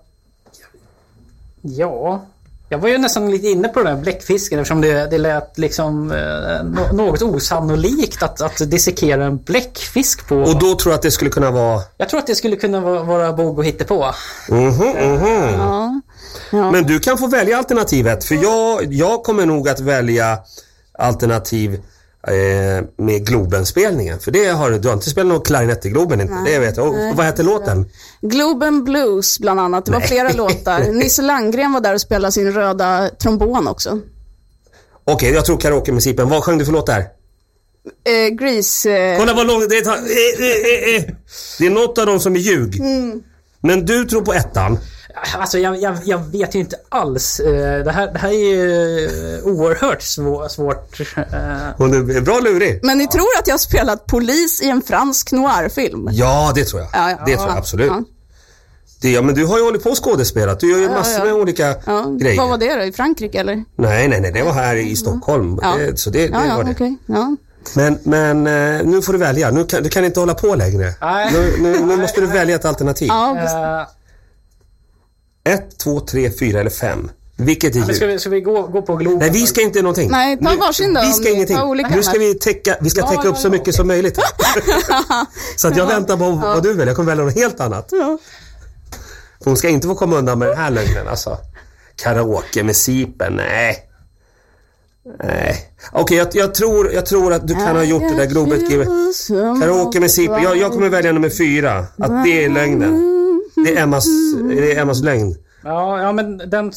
ja. Jag var ju nästan lite inne på den där bläckfisken eftersom det, det lät liksom eh, nå- något osannolikt att, att dissekera en bläckfisk på. Och då tror jag att det skulle kunna vara... Jag tror att det skulle kunna vara, vara bog och hittepå. Mhm, mhm. Ja. Men du kan få välja alternativet. För jag, jag kommer nog att välja alternativ eh, med Globen-spelningen. För det har, du- du har inte spelat någon klarinett i Globen inte. det vet jag. Och, och vad heter låten? Globen Blues bland annat. Det var flera låtar. Nisse Landgren var där och spelade sin röda trombon också. Okej, jag tror karaoke med Sipen. Vad sjöng du för låt där? Eh, Grease. Eh, Kolla vad långt det tar. Eh, eh, eh, eh. Det är något av dem som är ljug. Mm. Men du tror på ettan. Alltså jag, jag, jag vet ju inte alls. Eh, Det här, det här är ju eh, oerhört svå, svårt. eh, Hon är bra lurig. men ni tror att jag har spelat polis i en fransk noirfilm? Ja, det tror jag. Ja, ja. Det tror jag Ja. absolut. Ja. Det, ja, men du har ju hållit på och skådespelat. Du gör ju ja, massor ja. med olika Ja. grejer. Vad var det då? I Frankrike eller? Nej, nej, nej. Det var här i Stockholm. Mm. Ja. Det, så det, det Ja, var ja, det. okej. Ja. Men, men eh, nu får du välja. Nu kan, du kan inte hålla på längre. Nej. Nu, nu, nu måste du välja ett alternativ. Ja, bes- eh, Ett, två, tre, fyra eller fem. Vilket är men ljug? ska vi, ska vi gå, gå på Globen? Nej, vi ska inte någonting. Nej, ta Nu- varsin då, Vi om ska ni ingenting. tar olika Nu ska här. vi täcka, vi ska täcka upp så mycket som möjligt. så att jag väntar på vad du väljer. Jag kommer välja något helt annat. Ja. För hon ska inte få komma undan med den här lögnen alltså. Karaoke med Sipen, nej. Nej. Okej, jag, jag, tror, jag tror att du kan ha gjort det där Globet Give- Karaoke med Sipen. Jag, jag kommer välja nummer fyra. Att det är lögnen. Det är Emmas, det är Emmas lögn. Ja, ja, men den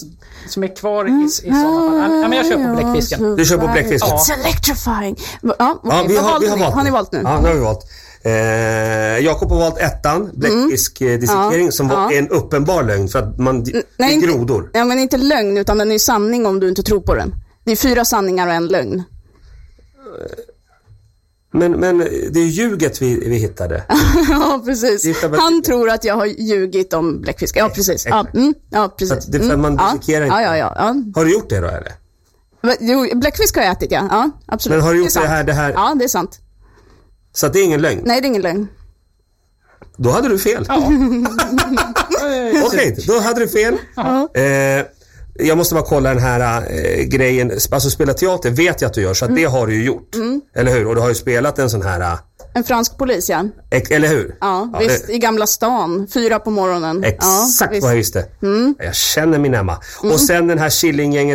som är kvar Mm. i, i sådana fall. Ja, men jag kör på bläckfisken. Du kör på bläckfisken. It's electrifying. Ja, okej. Ja, vi Vad har, vi har ni? valt Har ni valt nu? Ja, nu har vi valt. Eh, Jakob har valt ettan, bläckfisk eh, dissekering, Mm. Ja, som var ja. en uppenbar lögn för att man... Nej, det är inte- grodor. Ja, men inte lögn, utan den är sanning om du inte tror på den. Det är fyra sanningar och en lögn. Men, men det är ljuget vi, vi hittade. ja, precis. Gissa vad- Han tror att jag har ljugit om bläckfisk. Ja, precis. Ja, exakt. mm, ja, Så precis. att det är för Mm, man ja. dissekerar inte. ja, ja, ja, ja. Har du gjort det då eller? Va- Jo, bläckfisk har jag ätit, ja. ja absolut. Men har du är gjort det sant. här- det här- Ja, det är sant. Så att det är ingen lögn. Nej, det är ingen lögn. Då hade du fel. Okej, då hade du fel. Eh, jag måste bara kolla den här eh, grejen. Alltså spela teater vet jag att du gör, så att det Mm. har du ju gjort. Eller hur? Och du har ju spelat en sån här, eh, En fransk polis, ja. ex- eller hur? Ja, det- visst. I Gamla stan, fyra på morgonen. ja, Exakt visst. Mm. vad jag visste. Jag känner min Emma. Och sen den här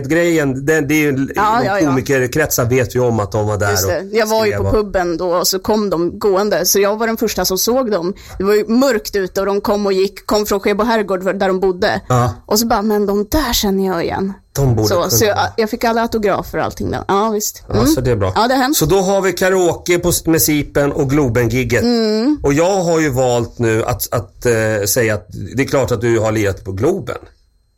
Killinggänget-grejen, den, det är ju, Ja, inom ja, ja. komikerkretsar vet ju om att de var där Just det. och Jag var ju skrev på och- puben då och så kom de gående, så jag var den första som såg dem. Det var ju mörkt ute och de kom och gick, kom från Skebo herrgård där de bodde. Ja. Och så bara, men de där känner jag igen. De borde Så, kunna så jag, vara. jag fick alla autografer och allting där. Ja, visst. Ja, så Alltså, det är bra. Mm. Ja, det är hemskt. Så då har vi karaoke på, med Sipen och Globen-gigget. Mm. Och jag har ju valt nu att, att eh, säga att det är klart att du har lirat på Globen.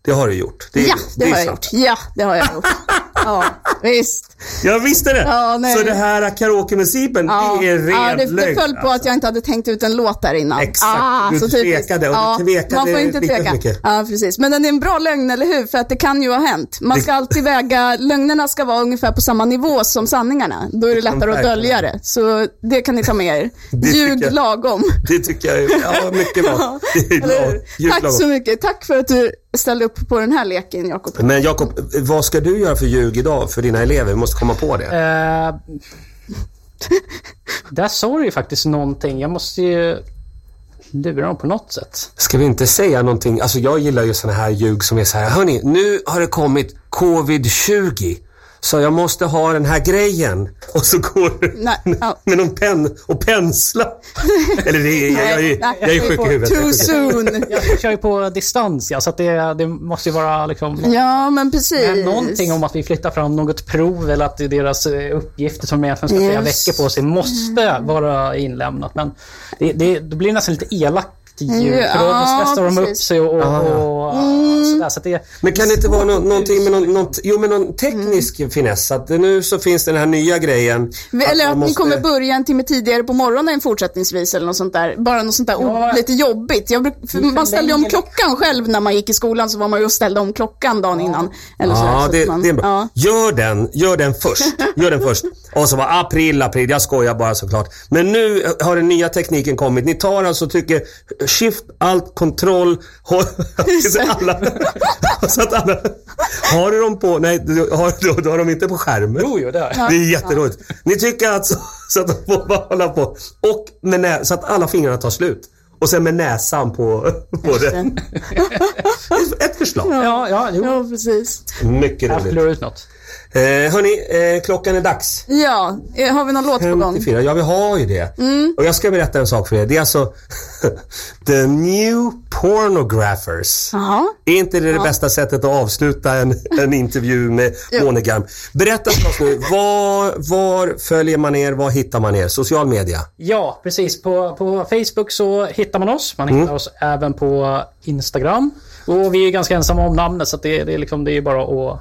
Det har du gjort. Det är, Ja, det, är har jag sant. gjort. Ja, det har jag gjort. ja, visst. Jag visste det! Ja, nej. så det här karaoke med Sipen, Ja. det är ren ja, det, det lögn, föll på alltså. att jag inte hade tänkt ut en låt där innan. Ah, Exakt. Du så typiskt. tvekade och du tvekade man får inte riktigt tveka. mycket. Ja, precis. Men den är en bra lögn, eller hur? För att det kan ju ha hänt. Man ska alltid väga, lögnerna ska vara ungefär på samma nivå som sanningarna. Då är det lättare att verkligen. dölja det. Så det kan ni ta med er. Det tycker jag. Ljug lagom. Det tycker jag är ja, mycket bra. Det är Eller bra. hur? Ljud Tack lagom. så mycket. Tack för att du ställde upp på den här leken, Jakob. Men Jakob, vad ska du göra för ljug idag för dina elever? Vi måste komma på det. Eh, där sa du ju faktiskt någonting. Jag måste ju lura dem på något sätt. Ska vi inte säga någonting? Alltså jag gillar ju såna här ljug som är så här. Hörni, nu har det kommit covid-20. Så jag måste ha den här grejen. Och så går du Nej, ja. med någon penn och pensla. Eller det är, jag, jag, är- Nej, jag är sjuk i huvudet. Jag är Too sjuk i huvudet. soon. Jag kör ju på distans, ja, så att det, det måste ju vara liksom... Ja, men precis. Men någonting om att vi flyttar fram något prov eller att det är deras eh, uppgifter som är för flera Yes. Mm. veckor på sig måste vara inlämnat. Men det, det, det blir nästan lite elakt ju. Ja, För då stressar de upp precis. Ah. sig och, och, och sådär. Så att det, Men kan det inte vara nå- någonting med någon, någon, jo, men Mm. någon teknisk finess? Att det nu så finns den här nya grejen. Eller man att ni måste- kommer börja en timme tidigare på morgonen fortsättningsvis eller något sånt där. Bara något sånt där Ja. oh, lite jobbigt. Jag bruk, för man ställde ju om klockan själv när man gick i skolan så var man ju och ställde om klockan dagen innan. Eller så, så Ja, att det, man, det är bra. Ja. Gör, den, gör den först. Gör den först. Och så var april, april. Jag skojar bara såklart. Men nu har den nya tekniken kommit. Ni tar alltså tycker shift, alt, kontroll, så, alla, så att alla... Har du dem på... Nej, du har, då, då har de inte på skärmen. jo, jo, det har jag. Det är jätteroligt. Ni tycker alltså så att de får bara hålla på. Och med nä- så att alla fingrarna tar slut. Och sen med näsan på, på den. Ett förslag. Ja, ja, jo. ja, precis. Mycket Jag roligt. förlorar ut något. Eh, hörni, eh, klockan är dags. Ja, eh, har vi någon låt på gång? Mm. 54. Ja, vi har ju det. Och jag ska berätta en sak för er. Det är alltså The New Pornographers. Jaha. Är inte det det bästa sättet att avsluta en, en intervju med Monegarm? Berätta för oss nu, var, var följer man er? Var hittar man er? Social media? Ja, precis. På, på Facebook så hittar man oss. Man hittar oss även på Instagram. Och vi är ganska ensamma om namnet, så att det, det, är liksom, det är bara att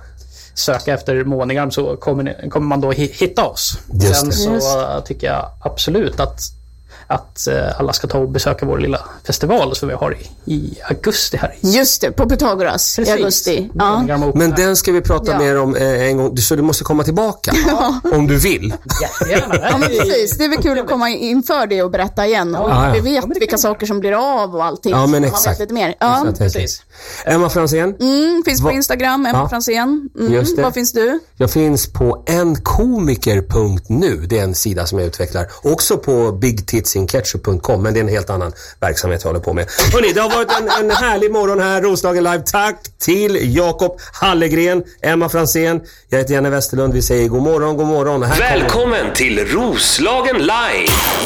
söka efter Måningarm så kommer, ni, kommer man då hi- hitta oss. Just Sen det. så Just. äh, tycker jag absolut att, att eh, alla ska ta och besöka vår lilla festival som vi har i, i augusti här. i- Just det, på Pythagoras i augusti. Ja. Måningarm och Men den ska vi prata Ja. mer om eh, en gång, så du måste komma tillbaka. Om du vill. Jättegärna. Ja, men precis. Det är väl kul att komma inför det och berätta igen. Och Ja, ja. Vi vet vilka saker som blir av och allting. Ja, men Så man vet exakt. Lite mer. Ja. Jag tänker. Precis. Emma Franzén, Mm, finns på Instagram, Emma Ja. Franzén. Mm, Just det. Var finns du? jag finns på enkomiker.nu. Det är en sida som jag utvecklar. Också på bigtitsinketchup.com, men det är en helt annan verksamhet jag håller på med. Hörrni, det har varit en, en härlig morgon här, Roslagen Live. Tack till Jakob Hallegren, Emma Franzén. Jag heter Janne Westerlund. Vi säger god morgon, god morgon. Här kommer- Välkommen till Roslagen Live!